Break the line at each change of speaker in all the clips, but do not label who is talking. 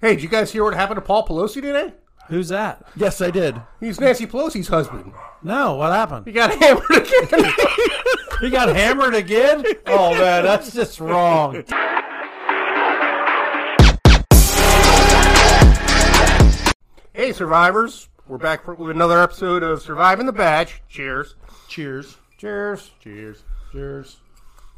Hey, did you guys hear what happened to Paul Pelosi today?
Who's that?
Yes, I did.
He's Nancy Pelosi's husband.
No, what happened?
He got hammered again.
He got hammered again? Oh, man, that's just wrong.
hey, survivors. We're back for, with another episode of Surviving the Batch. Cheers.
Cheers.
Cheers.
Cheers. Cheers.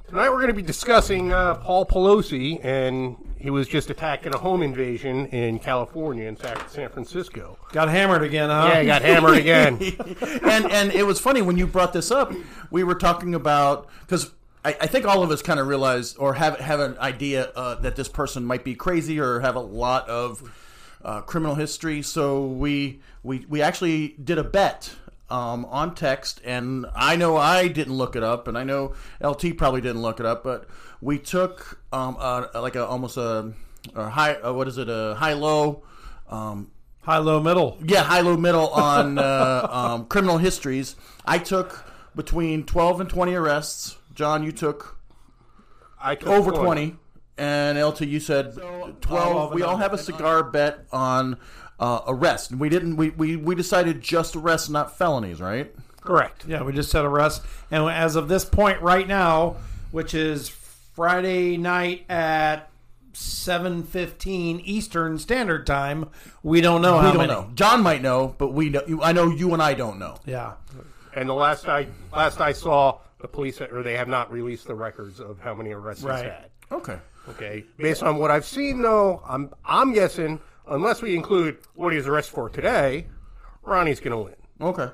Tonight we're going to be discussing uh, Paul Pelosi, and he was just attacked in a home invasion in California, in fact, San Francisco.
Got hammered again, huh?
Yeah, he got hammered again.
and and it was funny when you brought this up. We were talking about because I, I think all of us kind of realize or have have an idea uh, that this person might be crazy or have a lot of uh, criminal history. So we we we actually did a bet. Um, on text, and I know I didn't look it up, and I know LT probably didn't look it up, but we took um, uh, like a almost a, a high, uh what is it, a high low um,
High, low, middle.
yeah, high, low, middle on uh, um, criminal histories. I took between 12 and 20 arrests. John, you took
I took
over
one.
20. And LT, you said 12. We all have a cigar bet on uh, arrest. And we didn't, we, we, we decided just arrest, not felonies, right?
Correct.
Yeah, we just said arrest. And as of this point right now, which is Friday night at 7.15 Eastern Standard Time, we don't know
We
how
don't
many.
know. John might know, but we know, you- I know you and I don't know.
Yeah.
And the last I last I saw, the police or they have not released the records of how many arrests he's
Right.
had.
Okay.
Okay, based on what I've seen though, I'm I'm guessing unless we include what he was arrested for today, Ronnie's going to win.
Okay.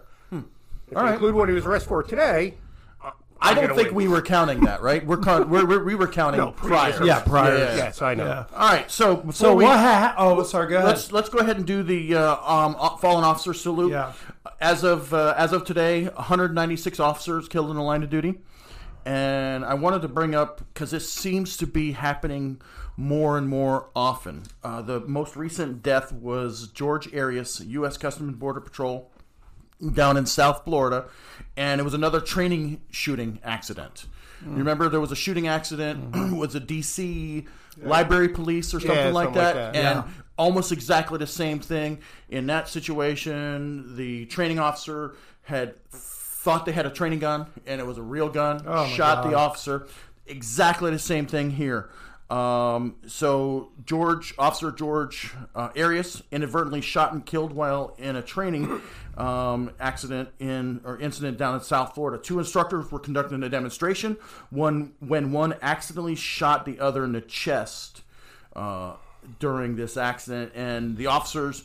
If we include what he was arrested for today, I-
I
I'm
don't
gonna
think
win.
we were counting that, right? We're, con- we're, we're we were counting prior.
Yeah, prior.
Yes, I know.
Yeah.
All right. So before
So
we,
what ha- Oh, sorry, go ahead.
Let's let's go ahead and do the uh, um, o- fallen officer salute.
Yeah.
As of uh, as of today, 196 officers killed in the line of duty, and I wanted to bring up because this seems to be happening more and more often. Uh, the most recent death was George Arias, U.S. Customs and Border Patrol, down in South Florida, and it was another training shooting accident. You remember there was a shooting accident was a DC library police or something, like,
something like
that,
that.
and almost exactly the same thing in that situation. The training officer had thought they had a training gun, and it was a real gun.
Oh, my
shot
God.
the officer. Exactly the same thing here. Um, so George, Officer George uh, Arias, inadvertently shot and killed while in a training um, accident in or incident down in South Florida. Two instructors were conducting a demonstration. One when one accidentally shot the other in the chest uh, during this accident, and the officers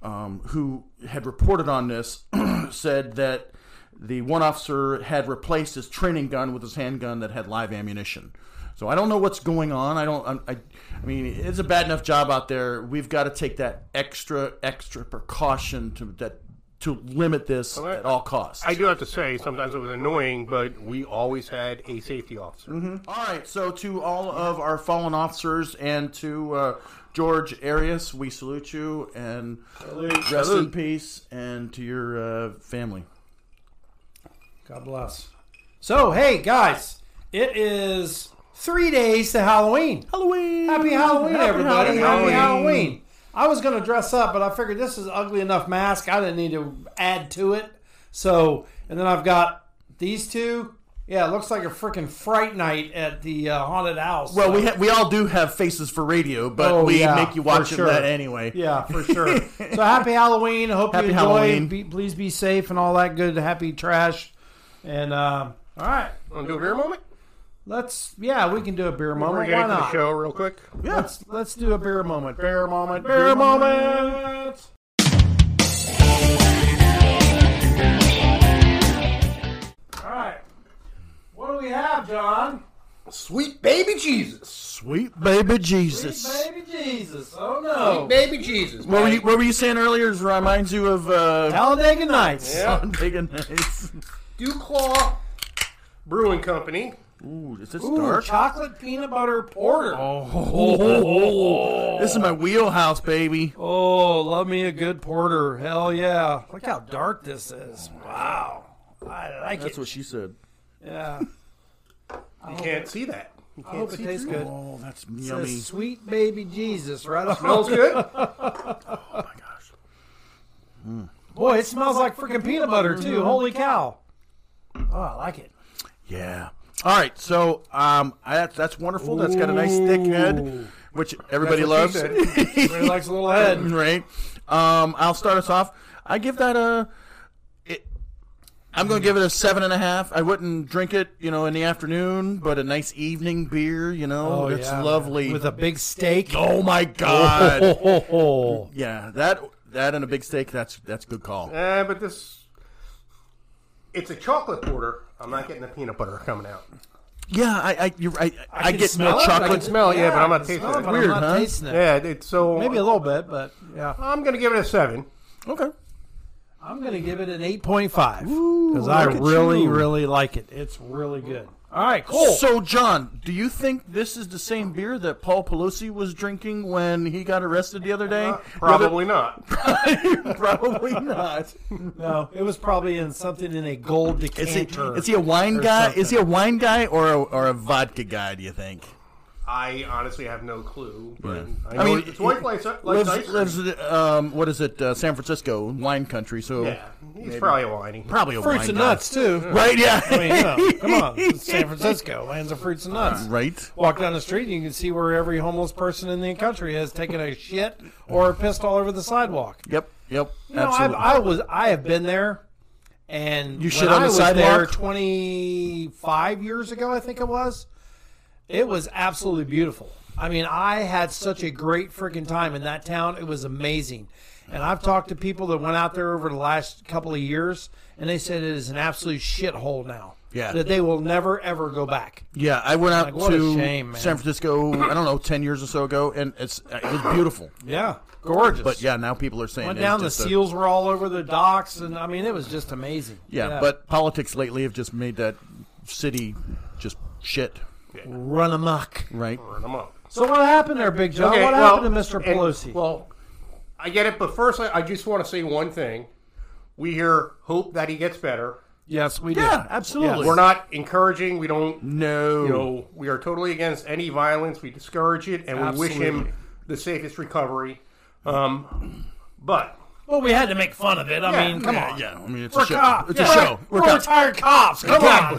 um, who had reported on this said that the one officer had replaced his training gun with his handgun that had live ammunition. So I don't know what's going on. I don't. I, I, I mean, it's a bad enough job out there. We've got to take that extra extra precaution to that to limit this at all costs.
I do have to say, sometimes it was annoying, but we always had a safety officer.
All right, so to all of our fallen officers and to uh, George Arias, we salute you and rest in peace, and to your uh, family.
God bless. So, hey, guys, it is three days to Halloween.
Halloween!
Happy Halloween, everybody. Happy
Halloween.
Halloween. I was going to dress up, but I figured this is ugly enough mask. I didn't need to add to it. So, and then I've got these two. Yeah, it looks like a freaking fright night at the uh, haunted house.
Well, we
So-
ha- we all do have faces for radio, but
Oh,
we
yeah,
make you watch
for
it
sure.
that anyway.
Yeah, for sure. so happy Halloween. I hope
Happy
you enjoy.
Halloween.
And be, please be safe and all that good happy trash. And uh, all right,
Want to do a beer moment?
let's. Yeah, we can do a
We're
beer moment.
gonna
Why
get into the
not?
show real quick.
Yeah.
Let's let's do a beer moment. Beer moment. Beer moment. All right. What do we have, John?
Sweet baby Jesus.
Sweet baby Jesus.
Baby Jesus. Oh no.
Baby Jesus.
What, were
man.
you, what were you saying earlier is reminds you of uh,
Talladega Nights.
Yeah.
big and nice.
Dewclaw Brewing Company.
Ooh, is this
Ooh,
dark?
chocolate peanut butter porter.
Oh.
This is my wheelhouse, baby.
Oh, love me a good porter. Hell yeah. Look how dark this is. Wow. I like
That's
it.
what she said.
Yeah.
You can't see that. You
I hope
can't
it
see
tastes
through.
good.
Oh, that's
Says
yummy.
sweet baby Jesus, right off.
Smells good.
Oh my gosh. Hmm.
Boy, it smells like freaking peanut butter too. Holy cow! Oh, I like it.
Yeah. All right. So um, I- that's that's wonderful. That's got a nice thick head,
Ooh.
which everybody
That's
loves.
what
Really likes a little head.
right. Um, I'll start us off. I give that a. It, I'm going to give it a seven and a half. I wouldn't drink it, you know, in the afternoon, but a nice evening beer, you know, Oh, it's
Oh, yeah.
lovely.
with a big steak.
oh my god!
ho, ho.
yeah, that that and a big steak. That's that's good call.
Uh, but this, it's a chocolate porter. I'm not getting the peanut butter coming out.
Yeah, I I you're right. I, I
can
get
smell
no
it. I
I can
chocolate.
smell it, yeah, but I'm
I
not
can
tasting
smell it,
it.
but
Weird,
I'm not
huh?
tasting it.
Yeah, it's so.
Maybe a little bit, but yeah.
I'm gonna give it a seven.
Okay.
I'm gonna give it an 8.5 because
Ooh,
I
look at
really,
you.
really like it. It's really good. All right, cool.
So, John, do you think this is the same beer that Paul Pelosi was drinking when he got arrested the other day?
Probably not.
Probably not.
no, it was probably in something in a gold
Is he,
decanter.
is he a wine guy?
something.
Is he a wine guy or a, or a vodka guy? Do you think?
I honestly have no clue. But I, know
I mean,
it's white lights up. Like
lives lives in, um, what is it? Uh, San Francisco, wine country. So
Yeah, he's probably whiny.
probably a
fruits
wine
and
guy.
nuts too.
right? Yeah,
I mean, you know, come on, it's San Francisco, lands of fruits and nuts.
right.
Walk down the street, and you can see where every homeless person in the country has taken a shit or pissed all over the sidewalk.
Yep, yep.
You know, I've,
absolutely.
I was I have been there, and
You
when
shit on
I
the
was there
sidewalk?
twenty five years ago, I think it was. It was absolutely beautiful. I mean, I had such a great freaking time in that town. It was amazing. And I've talked to people that went out there over the last couple of years, and they said it is an absolute shithole now.
Yeah.
That they will never, ever go back.
yeah, I went out
Like, what a
to
shame, man.
San Francisco. I don't know, ten years or so ago, and it's it was beautiful.
Yeah. Gorgeous.
But yeah, now people are saying
Went
it's
down, the
just a-
seals were all over the docks, and I mean, it was just amazing.
Yeah, but politics lately have just made that city just shit,
Run amok.
right?
Burn 'em up.
So what happened there, Big John?
Okay,
what
well,
happened to Mr.
and-
Pelosi?
well, I get it, but first, I, I just want to say one thing. We here hope that he gets better.
yes, we
Yeah, absolutely.
Yes.
We're not encouraging. We don't.
No.
You know, we are totally against any violence. We discourage it, and we wish
Absolutely.
him the safest recovery. Um, but
Well, we had to make fun of it. I
Yeah,
mean, come
yeah,
on.
yeah, I mean, it's
We're
a show.
cops.
It's
Yeah.
a show.
We're,
We're cops.
retired cops. Come on.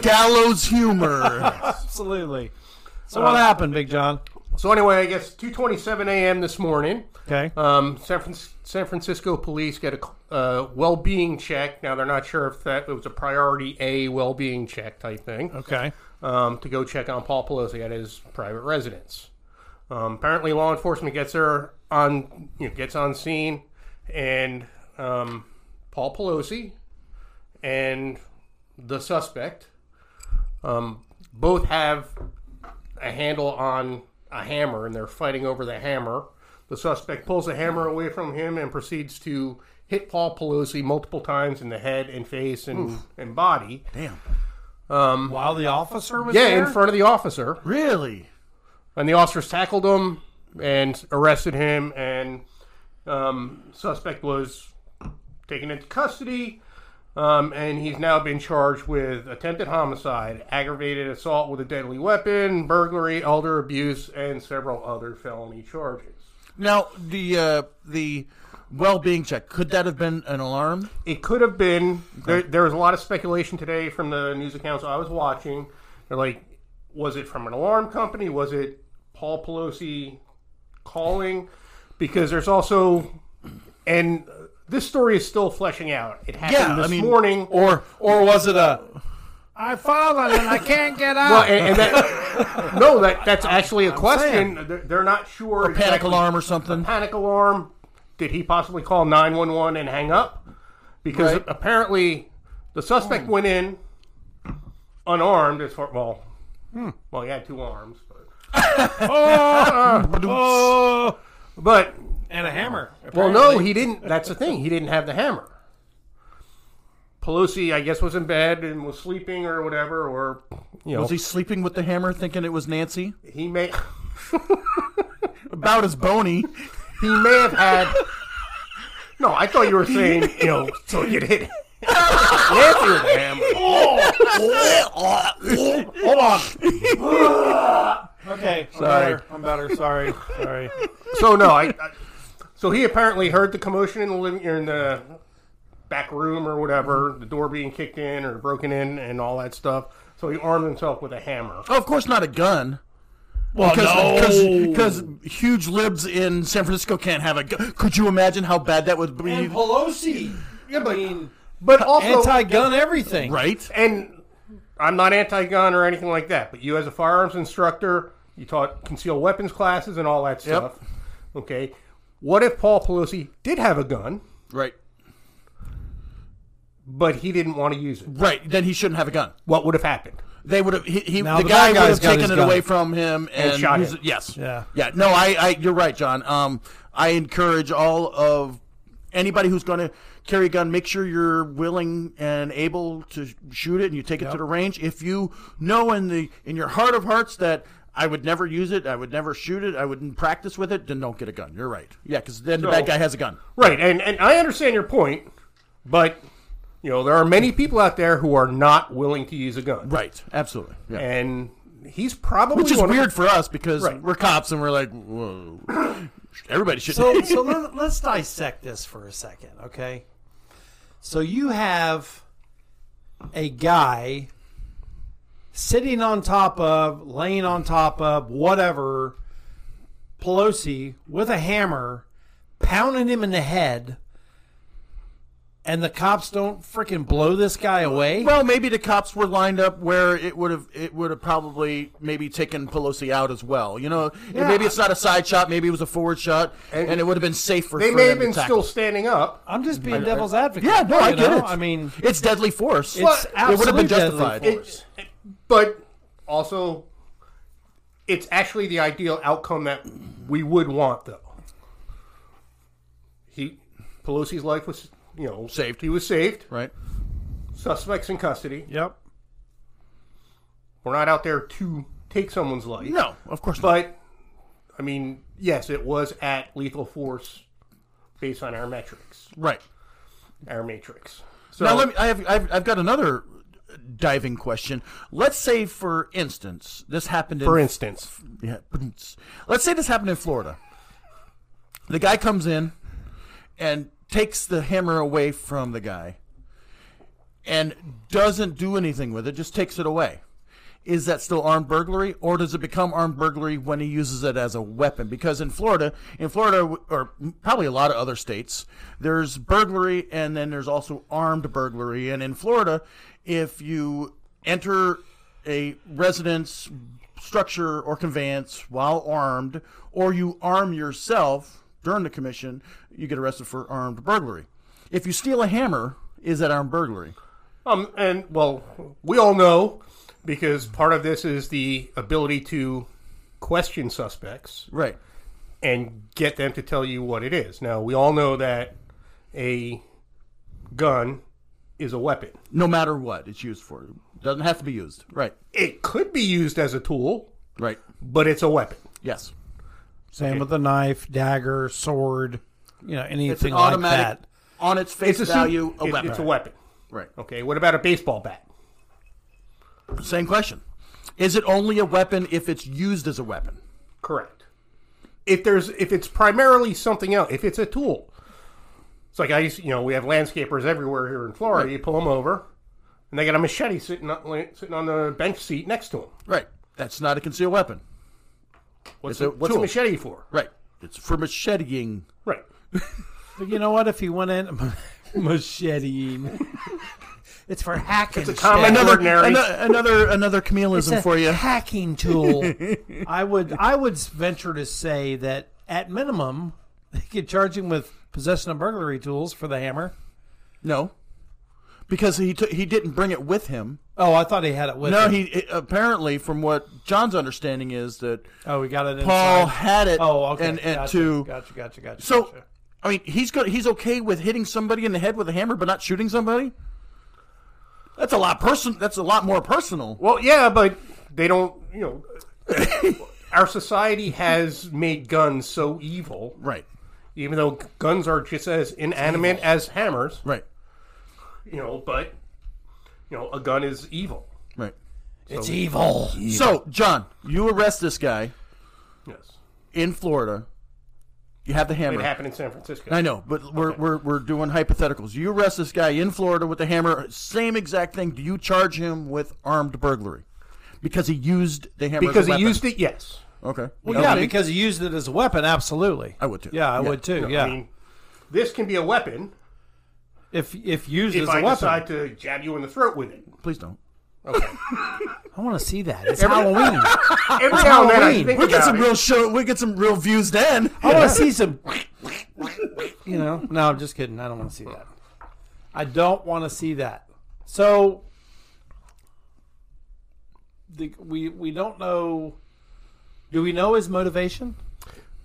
Gallows humor.
Absolutely. So what happened, Big John?
so anyway, I guess 2:27 a.m. this morning.
Okay.
Um, San, Fran- San Francisco police get a uh, well-being check. Now they're not sure if that it was a priority A well-being check type thing.
okay.
um, to go check on Paul Pelosi at his private residence. Um, apparently, law enforcement gets there on you know, gets on scene, and um, Paul Pelosi and the suspect um, both have a handle on a hammer, and they're fighting over the hammer. The suspect pulls the hammer away from him and proceeds to hit Paul Pelosi multiple times in the head and face and, and body.
Damn.
While the officer was
Yeah,
there?
in front of the officer.
Really?
and the officers tackled him and arrested him and um, suspect was taken into custody um, and he's now been charged with attempted homicide aggravated assault with a deadly weapon burglary elder abuse and several other felony charges
Now the uh, the well-being check could that have been an alarm?
it could have been there, there was a lot of speculation today from the news accounts i was watching they're like was it from an alarm company was it paul pelosi calling because there's also and this story is still fleshing out it happened
Yeah, I
this
mean-
morning
Or or was it a I've fallen and I can't get out?
well, and, and that, no that that's actually a question they're, they're not sure
Panic
exactly.
alarm or something?
panic alarm. Did he possibly call 911 and hang up? Because
Right.
apparently the suspect went in unarmed as far well. Well, he had two arms, but
oh,
but
and a hammer.
well, no, he didn't. That's the thing. He didn't have the hammer. Pelosi, I guess, was in bed and was sleeping or whatever, or you know,
Was he sleeping with the hammer, thinking it was Nancy?
he may
About as bony.
he may have had. No, I thought you were saying you know, so you hit Nancy with a hammer.
Hold on. Okay. I'm
Sorry.
better. I'm better. Sorry. Sorry.
so no, I, I. So he apparently heard the commotion in the living or in the back room or
Mm-hmm.
whatever, the door being kicked in or broken in and all that stuff. So he armed himself with a hammer.
Oh, of course, not a gun.
Well,
Because because huge libs in San Francisco can't have a gun. Could you imagine how bad that would be?
And Pelosi. I mean,
But also,
anti-gun everything.
right?
and I'm not anti-gun or anything like that. But you, as a firearms instructor, you taught concealed weapons classes and all that stuff. Okay, what if Paul Pelosi did have a gun,
Right.
but he didn't want to use it?
Right. Then he shouldn't have a gun.
What would have happened?
They would have. He, he,
Now
the,
the bad
guy would
guy's
have
got
taken
his
it
gun.
away from him and,
shot
use
him.
it- Yes.
Yeah.
Yeah. No, I, I. You're right, John. Um, I encourage all of anybody who's going to carry a gun. Make sure you're willing and able to shoot it, and you take it to the range. If you know in the in your heart of hearts that I would never use it, I would never shoot it, I wouldn't practice with it, then don't get a gun. You're right. Yeah, because then the bad guy has a gun.
Right, and and I understand your point, but you know there are many people out there who are not willing to use a gun,
Right. Absolutely. Yeah.
and he's probably
Which is
one of-
weird for us because
Right.
we're cops and we're like, whoa. Everybody should.
So, so let, let's dissect this for a second, okay? So you have a guy sitting on top of, laying on top of, whatever, Pelosi with a hammer, pounding him in the head, and the cops don't freaking blow this guy away.
Well, maybe the cops were lined up where it would have it would have probably maybe taken Pelosi out as well. You know, And maybe it's not a side shot, maybe it was a forward shot, and, it would have been safer.
They
for
may
them
have
to
been still
tackle.
standing up.
I'm just being devil's advocate.
Yeah, no,
you
I get
know?
it.
I mean,
it's deadly force.
It's
it would have been
absolute deadly
justified.
force.
It- but also, it's actually the ideal outcome that we would want, though. He Pelosi's life was, you know,
Saved.
He was saved.
right?
Suspects in custody.
yep.
We're not out there to take someone's life.
No, of course not.
But I mean, yes, it was at lethal force based on our metrics,
Right.
our matrix. So
now let me. I have. I've, I've got another diving question. Let's say, for instance, this happened in
for instance,
Yeah. boonts. Let's say this happened in Florida. The guy comes in and takes the hammer away from the guy and doesn't do anything with it, just takes it away. Is that still armed burglary, or does it become armed burglary when he uses it as a weapon? Because in Florida, in Florida, or probably a lot of other states, there's burglary and then there's also armed burglary. And in Florida, if you enter a residence, structure, or conveyance while armed, or you arm yourself during the commission, you get arrested for armed burglary. If you steal a hammer, is that armed burglary?
um, and well, we all know because part of this is the ability to question suspects
Right.
and get them to tell you what it is. Now we all know that a gun is a weapon.
No matter what it's used for, doesn't have to be used. Right.
It could be used as a tool,
Right.
but it's a weapon.
Yes.
Same with a knife, dagger, sword, you know, anything
It's an
like
automatic,
that.
on its face
It's a su-
value, a
it-
weapon.
It's a weapon.
right.
Okay, what about a baseball bat?
Same question. Is it only a weapon if it's used as a weapon?
Correct. If there's if it's primarily something else, if it's a tool, it's like I used, you know we have landscapers everywhere here in Florida. You pull them over, and they got a machete sitting on, sitting on the bench seat next to them.
Right. That's not a concealed weapon.
What's
It's a
a, what's
tool.
a machete for?
Right. It's for macheting.
Right.
But you know what? If he went in macheting, it's for hacking. It's a
common-
Another
Another,
Ordinary.
ano- another, another camelism for you.
hacking tool. I would I would venture to say that at minimum they could charge him with possession of burglary tools for the hammer.
No, because he took he didn't bring it with him.
Oh, I thought he had it with
No,
him.
he it- apparently, from what John's understanding is that
Oh, we got it.
Paul
Inside.
had it.
Oh, okay.
And, and
gotcha,
to
gotcha, gotcha, gotcha.
so,
gotcha.
I mean, he's good. He's okay with hitting somebody in the head with a hammer, but not shooting somebody. That's a lot person. That's a lot more personal.
Well, yeah, but they don't. You know, our society has made guns so evil,
Right.
even though guns are just as inanimate as hammers.
Right.
You know, but you know, a gun is evil.
Right.
It's evil.
So, John, you arrest this guy
Yes.
in Florida. You have the hammer.
It happened in San Francisco.
I know, but we're, we're, we're doing hypotheticals. You arrest this guy in Florida with the hammer, same exact thing. Do you charge him with armed burglary? Because he used the hammer.
because
as a
he
weapon.
used it, yes.
Okay.
Well, yeah,
Okay.
because he used it as a weapon. Absolutely.
I would too.
Yeah, I
Yeah.
would too. yeah.
I mean, this can be a weapon
if if used
if
as a
I
weapon,
decide to jab you in the throat with it.
please don't.
I want to see that. It's Halloween.
Every now and then I
Halloween.
think
We get
about
some
it.
real show. We get some real views then.
I want to see some. You know, no, I'm just kidding. I don't want to see that. I don't want to see that. So the, we we don't know. Do we know his motivation?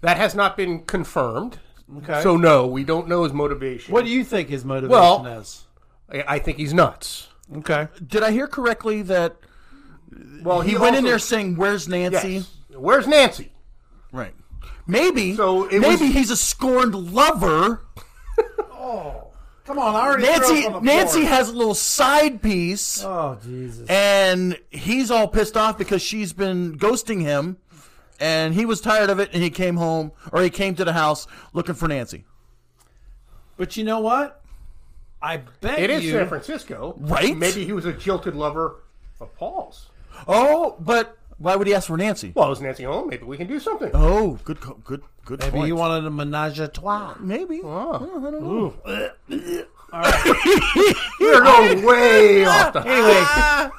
That has not been confirmed.
Okay.
So, no, we don't know his motivation.
what do you think his motivation
Well-
is?
I, I think he's nuts.
Okay.
Did I hear correctly that
Well,
he, went in there saying, "Where's Nancy?"
Yes. Where's Nancy?
Right. Maybe.
So it
maybe
was-
he's a scorned lover.
Come on, I already
Nancy. Nancy has a little side piece,
Oh Jesus!
and he's all pissed off because she's been ghosting him, and he was tired of it, and he came home or he came to the house looking for Nancy.
But you know what? I bet
It is
you.
San Francisco.
Right?
Maybe he was a jilted lover of Paul's.
Oh, but why would he ask for Nancy?
Well, is Nancy home? Maybe we can do something.
Oh, good, co- good, good.
Maybe
point.
he wanted a menage a trois.
Maybe. Yeah, I don't know.
You're going way off the
Anyway, i-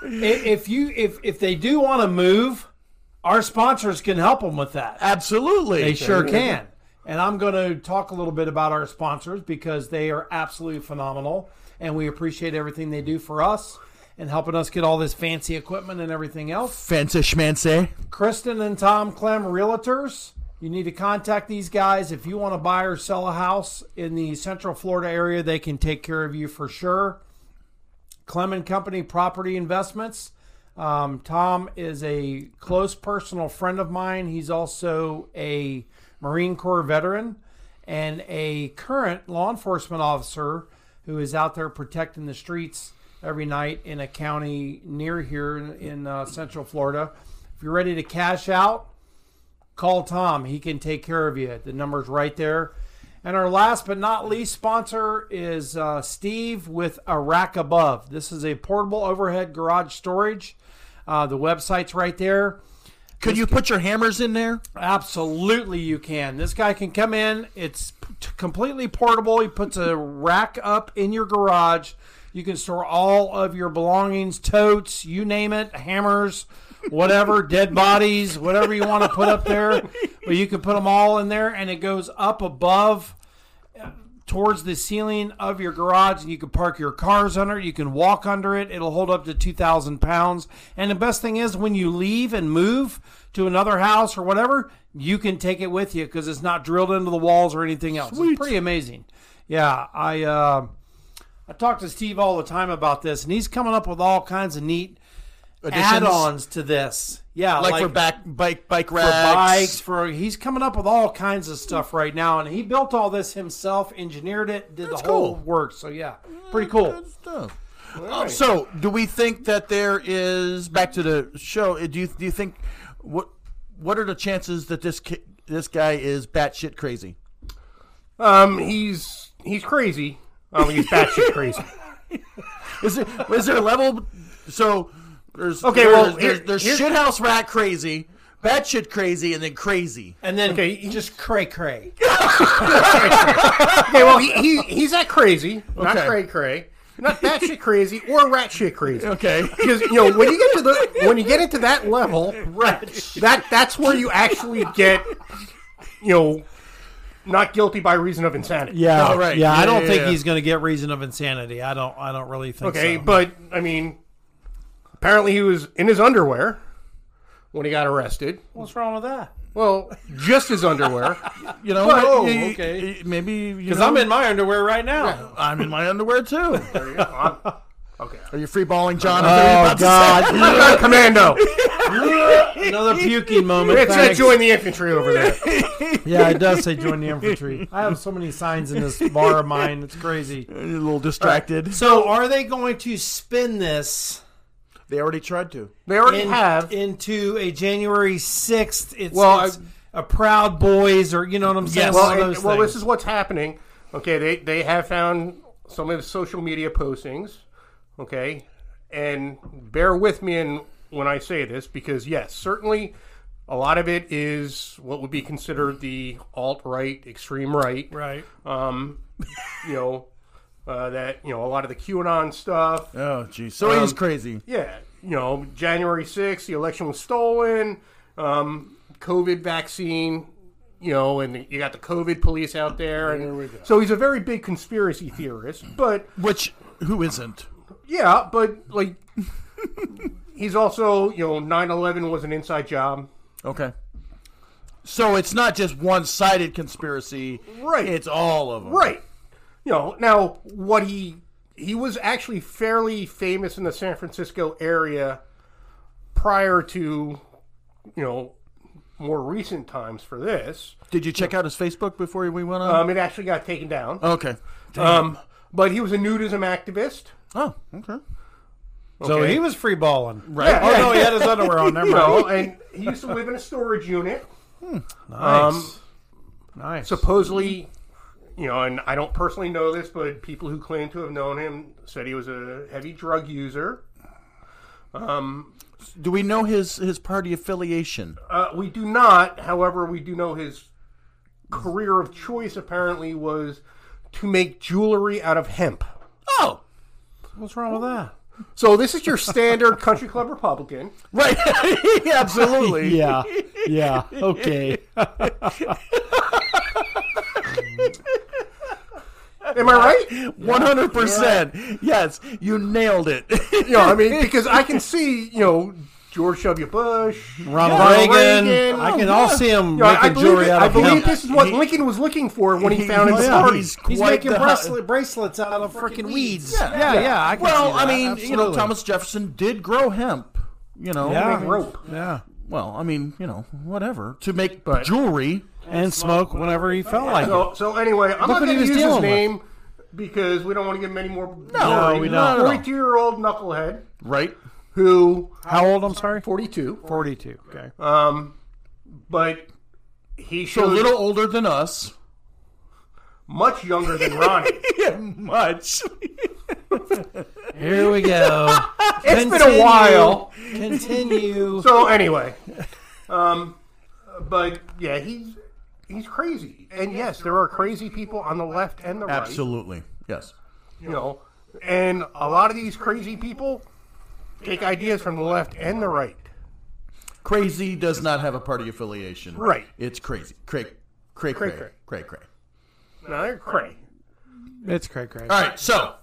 if you if if they do want to move, our sponsors can help them with that.
Absolutely.
They sure can. And I'm going to talk a little bit about our sponsors because they are absolutely phenomenal, and we appreciate everything they do for us and helping us get all this fancy equipment and everything else.
Fancy schmancy.
Kristen and Tom Clem Realtors. You need to contact these guys if you want to buy or sell a house in the Central Florida area. They can take care of you for sure. Clem and Company Property Investments. Um, Tom is a close personal friend of mine. He's also a Marine Corps veteran and a current law enforcement officer who is out there protecting the streets every night in a county near here in, in uh, Central Florida. If you're ready to cash out, call Tom. He can take care of you. The number's right there. And our last but not least sponsor is uh, Steve with a rack above. This is a portable overhead garage storage. Uh, the website's right there.
Could you put your hammers in there?
Absolutely, you can. This guy can come in. It's p- completely portable. He puts a rack up in your garage. You can store all of your belongings, totes, you name it, hammers, whatever, dead bodies, whatever you want to put up there. But you can put them all in there, and it goes up above uh, towards the ceiling of your garage and you can park your cars under it you can walk under it it'll hold up to 2000 pounds and the best thing is when you leave and move to another house or whatever you can take it with you because it's not drilled into the walls or anything else it's pretty amazing yeah i uh, i talk to steve all the time about this and he's coming up with all kinds of neat add-ons to this yeah
like, for back bike bike
for
racks.
bikes for he's coming up with all kinds of stuff right now and he built all this himself engineered it did
That's
the whole
cool.
work so yeah pretty cool
Good stuff. Uh, so, do we think that there is back to the show? uh, Do you do you think what what are the chances that this ki- this guy is batshit crazy?
Um, he's he's crazy. Um, he's batshit crazy.
Is there is there a level? So there's
Okay,
there's,
well,
there's,
here-
there's
here-
shithouse rat crazy, batshit crazy, and then crazy.
and then
Okay, he-
just cray cray
Okay, well, he, he he's that crazy, not
Okay.
cray cray, not batshit crazy or rat shit crazy.
Okay,
Because you know when you get to the when you get into that level,
right
that that's where you actually get, you know, not guilty by reason of insanity.
yeah
Oh, right.
yeah, i
Yeah,
don't
yeah,
think
yeah.
he's going to get reason of insanity i don't i don't really think
Okay,
so.
but I mean, apparently he was in his underwear when he got arrested.
what's wrong with that
Well, just his underwear.
you know.
But-
Oh,
y-
okay.
y- Maybe you
because
know,
i'm in my underwear right now
I'm in my underwear too.
Okay,
Are you free balling, John?
oh god
I'm not a commando.
another puking moment
It's gonna
thanks.
join the infantry over there.
yeah it does say join the infantry i have so many signs in this bar of mine it's crazy
a little distracted.
so are they going to spin this
They already tried to.
They already
in,
have.
into a January sixth. It's,
Well,
it's
I-
a Proud Boys, or you know what I'm saying.
well,
One of
and-
those
well, this is
things.
what's happening. Okay, they they have found some of the social media postings. Okay, and bear with me in when I say this because yes, certainly. A lot of it is what would be considered the alt right, extreme right,
right.
you know, uh, that you know a lot of the QAnon stuff,
Oh, geez. So he's crazy.
yeah, you know, January 6th, the election was stolen, um, COVID vaccine, you know, and you got the COVID police out there. And So he's a very big conspiracy theorist, but
Which who isn't?
yeah, but like, he's also, you know, 9 11 was an inside job.
Okay. So it's not just one-sided conspiracy.
Right.
It's all of them.
Right. You know, now what he he was actually fairly famous in the San Francisco area prior to, you know, more recent times for this.
Did you check out his Facebook before we went on?
Um, it actually got taken down.
okay.
Um, but he was a nudism activist.
Oh, okay.
Okay.
So Oh, he was free balling, right?
Yeah,
oh
yeah.
no, he had his underwear on. Never
You
mind.
know, and he used to live in a storage unit.
Nice, nice.
Supposedly, you know, and I don't personally know this, but people who claim to have known him said he was a heavy drug user.
Do we know his his party affiliation?
Uh, we do not, however, we do know his career of choice apparently was to make jewelry out of hemp.
Oh,
What's wrong with that?
So this is your standard country club Republican.
right. Absolutely.
Yeah, yeah. Okay.
Am I right?
One hundred percent. Yes, you nailed it.
You know, I mean, because I can see, you know, George W. Bush,
Ronald,
Ronald
Reagan. Oh,
Reagan.
I can all see him
You know, I
making
believe,
jewelry
it-
out
I
of
believe
hemp.
this is what Lincoln was looking for when he founded his
yeah,
party.
he's
He's
quite
making
the-
bracelet, bracelets out of freaking weeds. Yeah, yeah. I can
Well,
see that.
I mean, you know,
Absolutely.
Thomas Jefferson did grow hemp. You know.
Yeah.
Big rope.
Yeah,
Well, I mean, you know, whatever to make
But-
jewelry.
and smoke whenever he felt like it.
So, so anyway, I'm not
Look what he
going to
was
use his
dealing with.
name because we don't want to give him any more.
No, we don't.
Forty-two-year-old knucklehead
Right.
who
How old? I'm sorry.
forty-two,
Forty-two. Okay.
but he
A
showed
little older than us.
much younger than Ronnie.
Yeah, much.
Here we go.
it's been a while.
Continue.
So anyway, um, but yeah, he's he's crazy, and yes, there are crazy people on the left and the right.
Absolutely. Yes.
you know, and a lot of these crazy people take ideas from the left and the right.
Crazy does not have a party affiliation.
Right.
It's crazy. Cray, cray, cray,
Cray, cray.
cray, cray.
Now they're cray.
It's cray cray.
All right. So,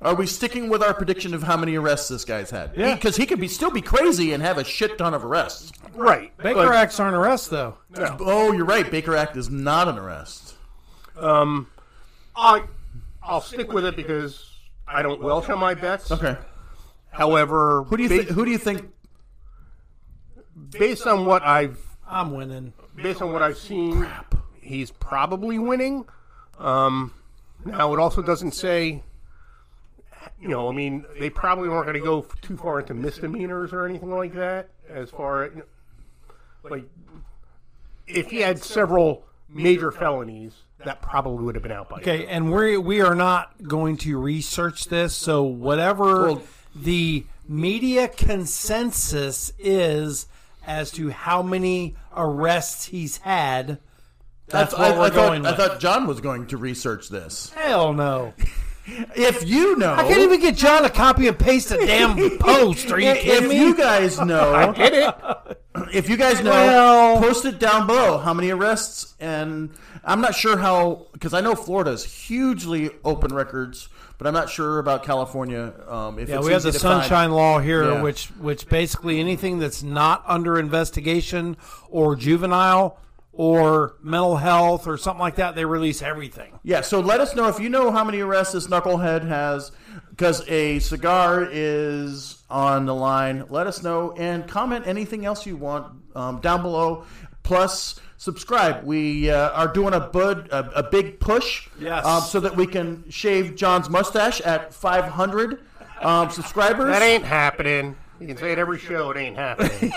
are we sticking with our prediction of how many arrests this guy's had?
Yeah.
Because he, could be still be crazy and have a shit ton of arrests.
Right.
Baker Acts aren't arrest though.
Oh, you're right. Baker Act is not an arrest.
Um, I I'll stick with it because I don't welch on my bets.
Okay.
However,
Who do you
ba-
thi- who do you think?
based on what I've
I'm winning.
based on what I've seen, he's probably winning. Um, now it also doesn't say, you know, I mean, they probably weren't going to go too far into misdemeanors or anything like that. As far as like, if he had several major felonies, that probably would have been out by. now.
Okay, and we we are not going to research this. So whatever
Well-
the media consensus is as to how many arrests he's had, that's
I,
what we're
I thought,
going
I
with.
thought John was going to research this.
Hell no!
If you know,
I can't even get John to copy and paste a damn post. Are you
if
kidding me?
you guys know,
Get it?
If you guys know,
Well-
post it down below how many arrests, and I'm not sure how because I know Florida is hugely open records, but I'm not sure about California. Um, if
Yeah,
it's
we have
easy
the
to find.
sunshine law here,
Yeah.
which which basically anything that's not under investigation or juvenile or mental health or something like that, they release everything.
Yeah, so let us know if you know how many arrests this knucklehead has, because a cigar is on the line. Let us know and comment anything else you want um, down below. Plus, subscribe. We uh, are doing a bud a, a big push,
Yes.
um, so that we can shave John's mustache at 500. Um, subscribers.
That ain't happening. You can say it every show. It ain't happening.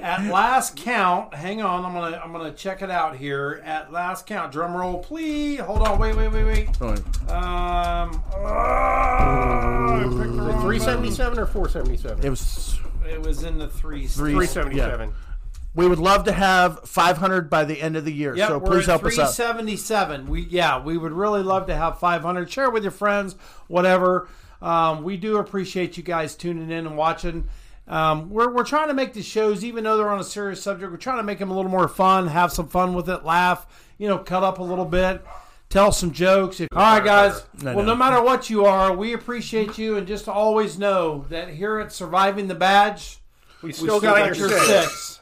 At last count, hang on, I'm gonna I'm gonna check it out here. At last count, drum roll, please. Hold on, wait, wait, wait, wait.
Oh,
Um, oh, I picked the wrong
Three
button.
seventy-seven or four seventy-seven?
it was
It was in the three.
Three
three
seventy-seven.
We would love to have 500 by the end of the year.
Yep,
so
we're
please
at
help us out.
377. We yeah, we would really love to have 500. Share it with your friends, whatever. Um, we do appreciate you guys tuning in and watching. Um, we're, we're trying to make the shows, even though they're on a serious subject, we're trying to make them a little more fun, have some fun with it, laugh, you know, cut up a little bit, tell some jokes. If- All right, guys.
I
well,
know.
no matter what you are, we appreciate you. And just always know that here at Surviving the Badge,
We still,
we still
got, your six.
six.